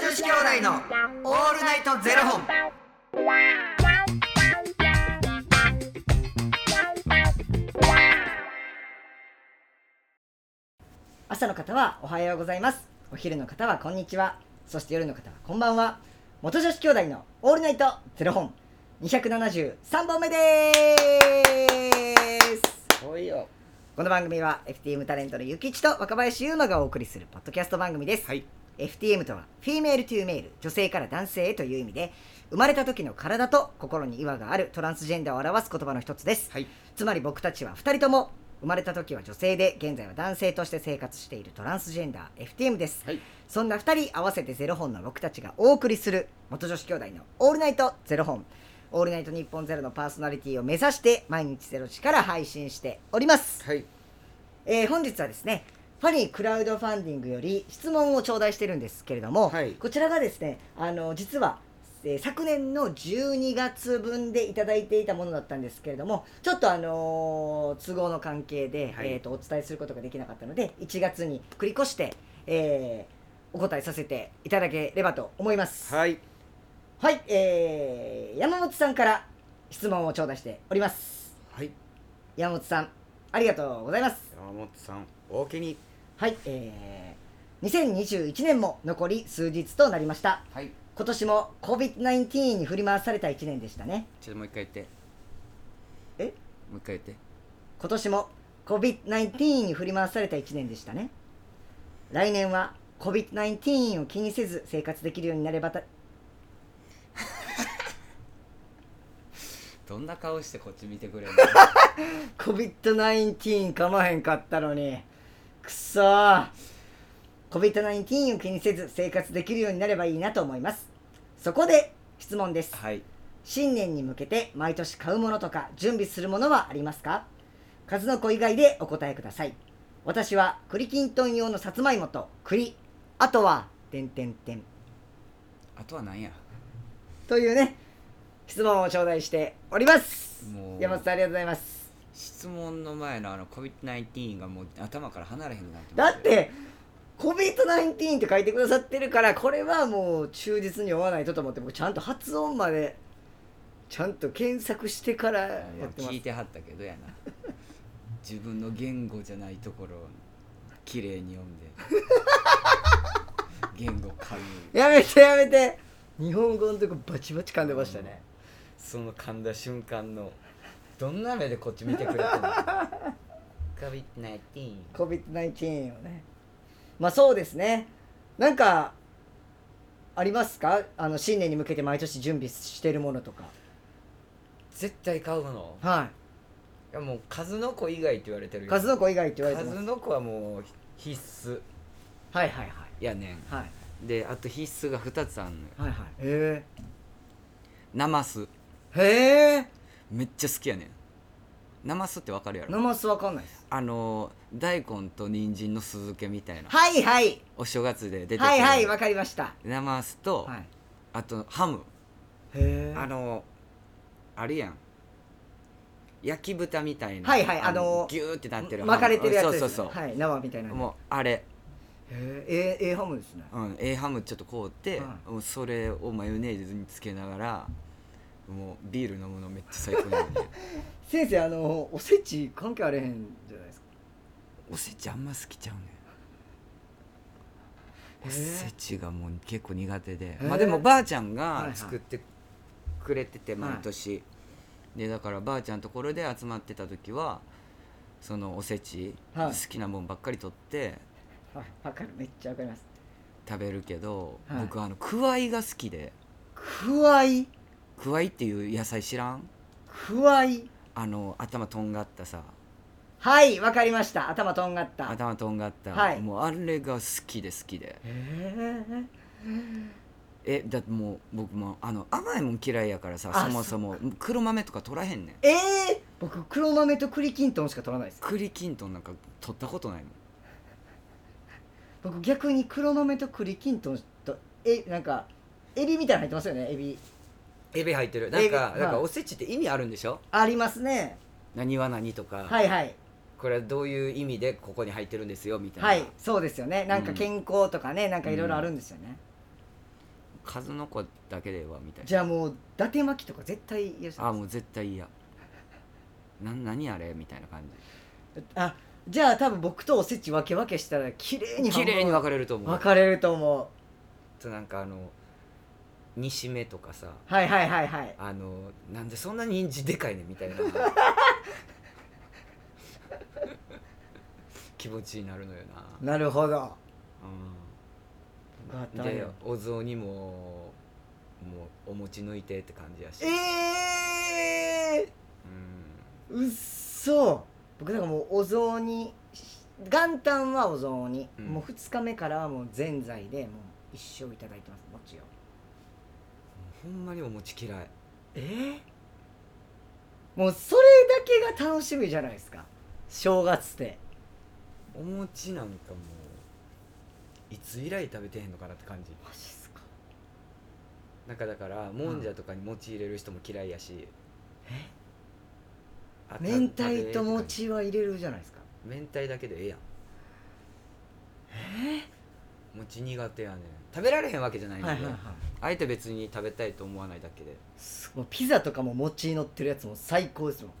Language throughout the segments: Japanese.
子兄弟のオールナイトゼロ本。朝の方はおはようございますお昼の方はこんにちはそして夜の方はこんばんは元女子兄弟のオールナイトゼロ本273本目です遠いよこの番組は FTM タレントのゆきちと若林優馬がお送りするポッドキャスト番組です、はい FTM とはフィメール・トゥ・メール女性から男性へという意味で生まれた時の体と心に違和があるトランスジェンダーを表す言葉の一つです、はいつまり僕たちは2人とも生まれた時は女性で現在は男性として生活しているトランスジェンダー FTM です、はいそんな2人合わせてゼロ本の僕たちがお送りする元女子兄弟の「オールナイトゼロ本」「オールナイト日本ゼロのパーソナリティを目指して毎日ゼロ時から配信しております、はいえー本日はですねファニークラウドファンディングより質問を頂戴してるんですけれども、はいこちらがですねあの実は、えー昨年の12月分でいただいていたものだったんですけれどもちょっとあのー都合の関係で、はいえー、とお伝えすることができなかったので1月に繰り越して、えーお答えさせていただければと思います。はい、はいえー山本さんから質問を頂戴しております。はい山本さんありがとうございます。山本さんおおきにはい、えー、2021年も残り数日となりました。はい今年も COVID-19 に振り回された1年でしたね。ちょっともう一回言ってえもう一回言って今年も COVID-19 に振り回された1年でしたね。来年は COVID-19 を気にせず生活できるようになればた、 どんな顔してこっち見てくれる COVID-19 かまへんかったのに。くそー COVID-19 を気にせず生活できるようになればいいなと思います。そこで質問です。はい新年に向けて毎年買うものとか準備するものはありますか数の子以外でお答えください私は栗きんとん用のさつまいもと栗あとは点点点あとはなんやというね質問を頂戴しておりますもう山本さんありがとうございます質問の前のあの COVID-19 がもう頭から離れへんなってだって COVID-19 って書いてくださってるからこれはもう忠実に読まないとと思って僕ちゃんと発音までちゃんと検索してからいややってます聞いてはったけどやな自分の言語じゃないところを綺麗に読んで言語かみやめてやめて日本語のとこバチバチ噛んでましたね、その噛んだ瞬間のどんな目でこっち見てくれて るの ?COVID-19 COVID-19 をねまあそうですねなんかありますかあの新年に向けて毎年準備してるものとか絶対買うのはいやもう数の子以外って言われてるいよ数の子以外って言われてます数の子はもう必須はいはいはいやねはいんであと必須が2つあんのよはいはいへナマスえへえめっちゃ好きやねんナマスってわかるやろナマスわかんないですあの大根と人参の酢漬けみたいなはいはいお正月で出てくるはいはいわかりましたナマスと、はいあとハムへえあのあるやん焼き豚みたいなはいはいあのギューってなってる巻かれてるやつで、ですす、ね、ね、そうそうそう、はい生みたいなもうあれへえええハムですねうん、A ハムちょっと凍って、はいもうそれをマヨネーズにつけながらもうビール飲むのめっちゃ最高なのに先生あのおせち関係あれへんじゃないですかおせちあんま好きちゃうねへんおえせちがもう結構苦手で、えまあでもばあちゃんはいはがい作ってくれててい毎年、でだからばあちゃんのところで集まってた時はそのおせち、はい好きなもんばっかり取ってはいわかるめっちゃわかります食べるけど、はい僕あのくわいが好きでくわいくわいっていう野菜知らんくわいあの頭とんがったさはいわかりました頭とんがった頭とんがった、はいもうあれが好きで好きでへええだってもう僕もあの甘いもん嫌いやからさあそもそも黒豆とか取らへんねんえー、僕黒豆と栗きんとんしか取らないです栗きんとんなんか取ったことないもん僕逆に黒豆と栗きんとんとえなんかエビみたいなの入ってますよねエビエビ入ってるなんかなんかおせちって意味あるんでしょありますね何は何とか、はいはいこれはどういう意味でここに入ってるんですよみたいな、はいそうですよねなんかうん健康とかね、なんかいろいろあるんですよね、数の子だけではみたいじゃあもう伊達巻きとか絶対嫌じゃななあいでもう絶対嫌な何あれみたいな感すかあじゃあ多分僕とおせち分け分けしたら綺麗にじ綺麗に分かれると思う分かれると思となんかあの煮しめとかさうはいはいはいはいあのなんでそんなに人参でかいね みたいな気持ちになるのよな、なるほどうん、でお雑煮ももうお餅抜いてって感じやし、ええうー、うっそ僕なんかもうお雑煮元旦はお雑煮、うんもう2日目からはもうぜんざいでもう一生いただいてますもちろんん、ほんまにお餅嫌いえもうそれだけが楽しみじゃないですか正月ってお餅なんかもういつ以来食べてへんのかなって感じマジっすかなんかだからもんじゃとかに餅入れる人も嫌いやしあ明太と食べ餅は入れるじゃないですか明太だけでええやんえ餅苦手やねん食べられへんわけじゃないんで、はいはいはいあえて別に食べたいと思わないだけでもすもうピザとかも餅乗ってるやつも最高ですもんう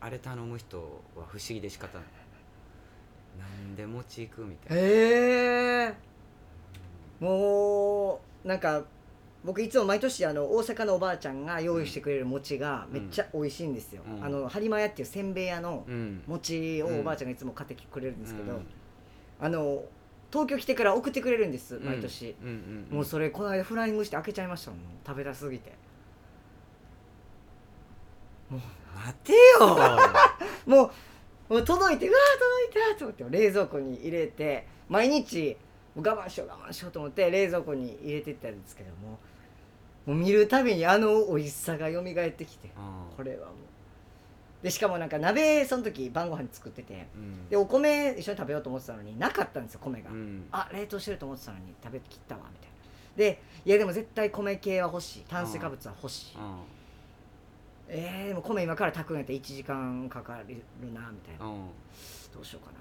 あれ頼む人は不思議で仕方ないなんで餅いくみたいな、へえもうなんか僕いつも毎年あの大阪のおばあちゃんが用意してくれる餅がめっちゃ美味しいんですよ、うんあの播磨屋っていうせんべい屋のうん餅をおばあちゃんがいつも買ってきてくれるんですけど、うんあの東京来てから送ってくれるんです毎年、、うんうんうんうんもうそれこの間フライングして開けちゃいましたもん食べたすぎて待てよもうもう届いてうわー届いたと思って冷蔵庫に入れて毎日もう我慢しよう我慢しようと思って冷蔵庫に入れてったんですけどももう見るたびにあの美味しさが蘇ってきてう んこれはもうでしかもなんか鍋その時晩ご飯作っててうんでお米一緒に食べようと思ってたのになかったんですよ米が、うんあ冷凍してると思ってたのに食べきったわみたいなでいやでも絶対米系は欲しい炭水化物は欲しい、えー、でも米今から炊くんやったら1時間かかるなみたいなうんうんどうしようかな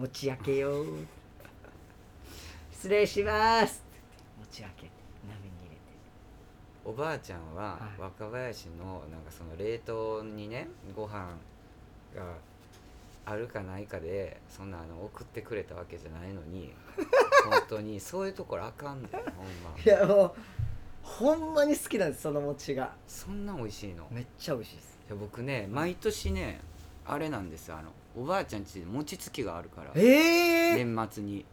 餅焼けよう失礼します餅焼け鍋に入れておばあちゃんははい若林のなんかその冷凍にねご飯があるかないかでそんなあの送ってくれたわけじゃないの に本当にそういうところあかんねんほんまいやもうほんまに好きなんですその餅がそんな美味しいのいめっちゃ美味しいですや僕ね毎年ねあれなんですよあのおばあちゃんちで餅つきがあるからえー、年末に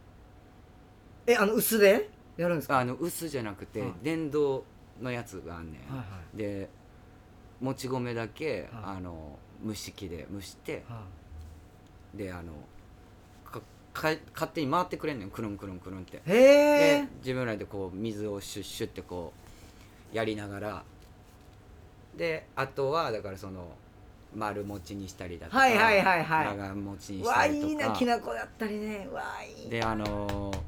えあの薄でやるんですかあの薄じゃなくてはい電動のやつがあんねん、はいでもち米だけ、はいあの蒸し器で蒸してはいであのかか勝手に回ってくれんねんくるんくるんくるんって、へえで自分らでこう水をシュッシュってこうやりながらであとはだからその丸餅にしたりだとか、はいはいはいはい長餅にしわあたりいいとかなきなこだったりねわあいいであのー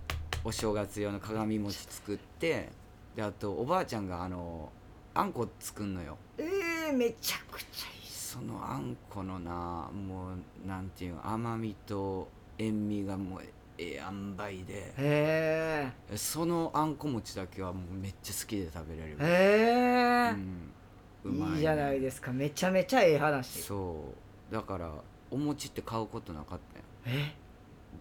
お正月用の鏡餅作ってであとおばあちゃんがあのーあんこ作んのよえー、めちゃくちゃいいそのあんこのなもうなんていうの甘みと塩味がもうええ塩梅でへそのあんこ餅だけはもうめっちゃ好きで食べられるえ、へえ、うん、うまいい,、いじゃないですかめちゃめちゃええ話そうだからお餅って買うことなかったよえ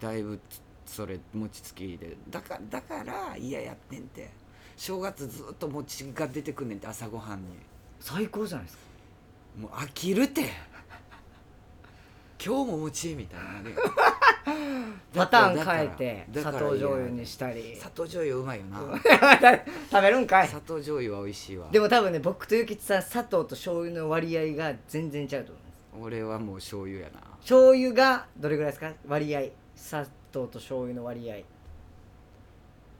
だいぶつそれ餅つきでだからだから嫌やってんて正月ずっと餅が出てくんねんって朝ごはんに最高じゃないですかもう飽きるて今日も餅みたいなねパターン変えてだ砂から糖醤油にしただりから砂糖醤油うまいよな食べるんかい砂糖醤油は美味しいわでも多分ね僕とゆきちさん砂糖と醤油の割合が全然違うと思います俺はもう醤油やな醤油がどれぐらいですか割合砂糖と醤油の割合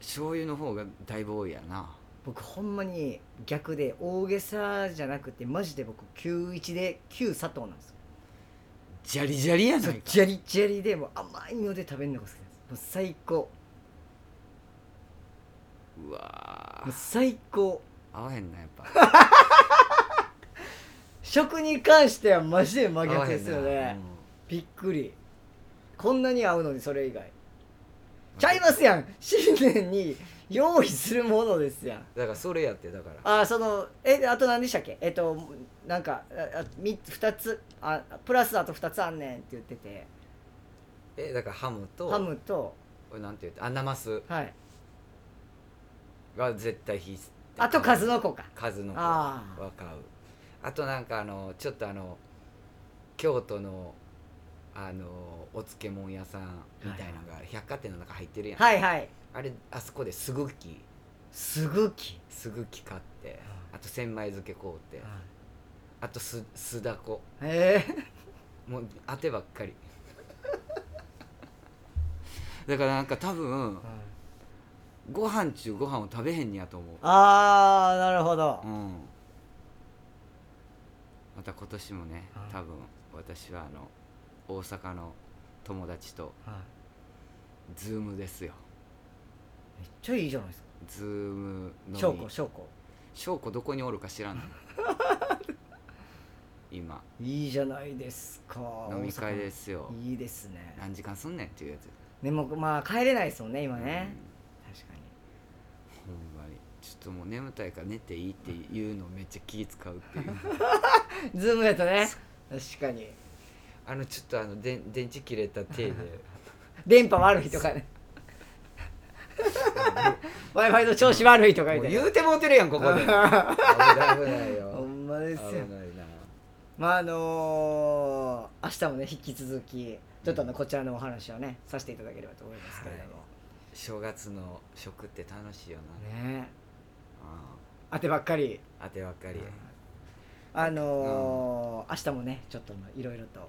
醤油の方がだいぶ多いやな僕ほんまに逆で大げさじゃなくてマジで僕91で9砂糖なんですよジャリジャリやなそいうかジャリジャリでもう甘いので食べるのが好きなんですもう最高うわもうー最高合わへんなやっぱ食に関してはマジで真合わ逆へでんすなよねうんびっくりこんなに合うのにそれ以外ちゃいますやん新年に用意するものですやんだからそれやってだからあーそのえあと何でしたっけえっとなんかああみ2つあプラスあと2つあんねんって言っててえだからハムとハムとこれなんて言ってあナマスはいが絶対必須あと数の子か数の子はあー買うあとなんかあのちょっとあの京都のあのお漬物屋さんみたいなのが百貨店の中入ってるやん、はいはいあれあそこですぐきすぐきすぐき買ってあと千枚漬け買うてあとすすだこえもう当てばっかり だからなんか多分ー、ご飯中ご飯を食べへんにやと思うああなるほど、うんまた今年もねはい多分私はあの大阪の友達とはいズームですよめっちゃいいじゃないですかズームの証拠証拠翔子どこにおるか知らん の今いいじゃないですか飲み会ですよ大阪いいですね何時間すんねんっていうやつでもまあ帰れないですもんね今ね、確かにうんほんまにちょっともう眠たいから寝ていいっていうのめっちゃ気使うっ ていうズームやとね確かにあのちょっとあのでん電池切れた 手で電波悪いとかね w i f i の調子悪いとかみもうたい言なうてもうてるやんここで 危ない危ないほよんまですよ危ないなまああのー明日もね引き続きちょっとあのこちらのお話をねさせていただければと思いますけれども、正月の食って楽しいよな、ねう当てばっかりん、当てばっかりあのー明日もねちょっといろいろと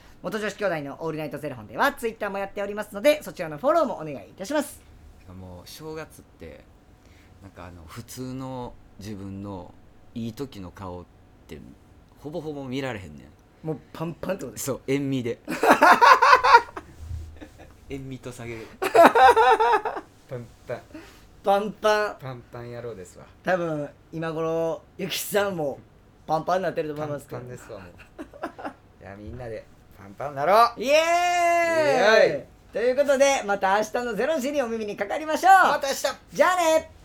元女子兄弟のオールナイトゼロ本ではツイッターもやっておりますのでそちらのフォローもお願いいたしますもう正月ってなんかあの普通の自分のいい時の顔ってほぼほぼ見られへんねもうパンパンってことんそう塩味で 塩味と下げるパンパンパンパンパンパン野郎ですわ多分今頃ゆきさんもパンパンになってると思パいまンすけパどンですわもうじゃあみんなでパンパンなろうイエーイイエーイということでまた明日の「ゼロ時にお耳にかかりましょう明日じゃあね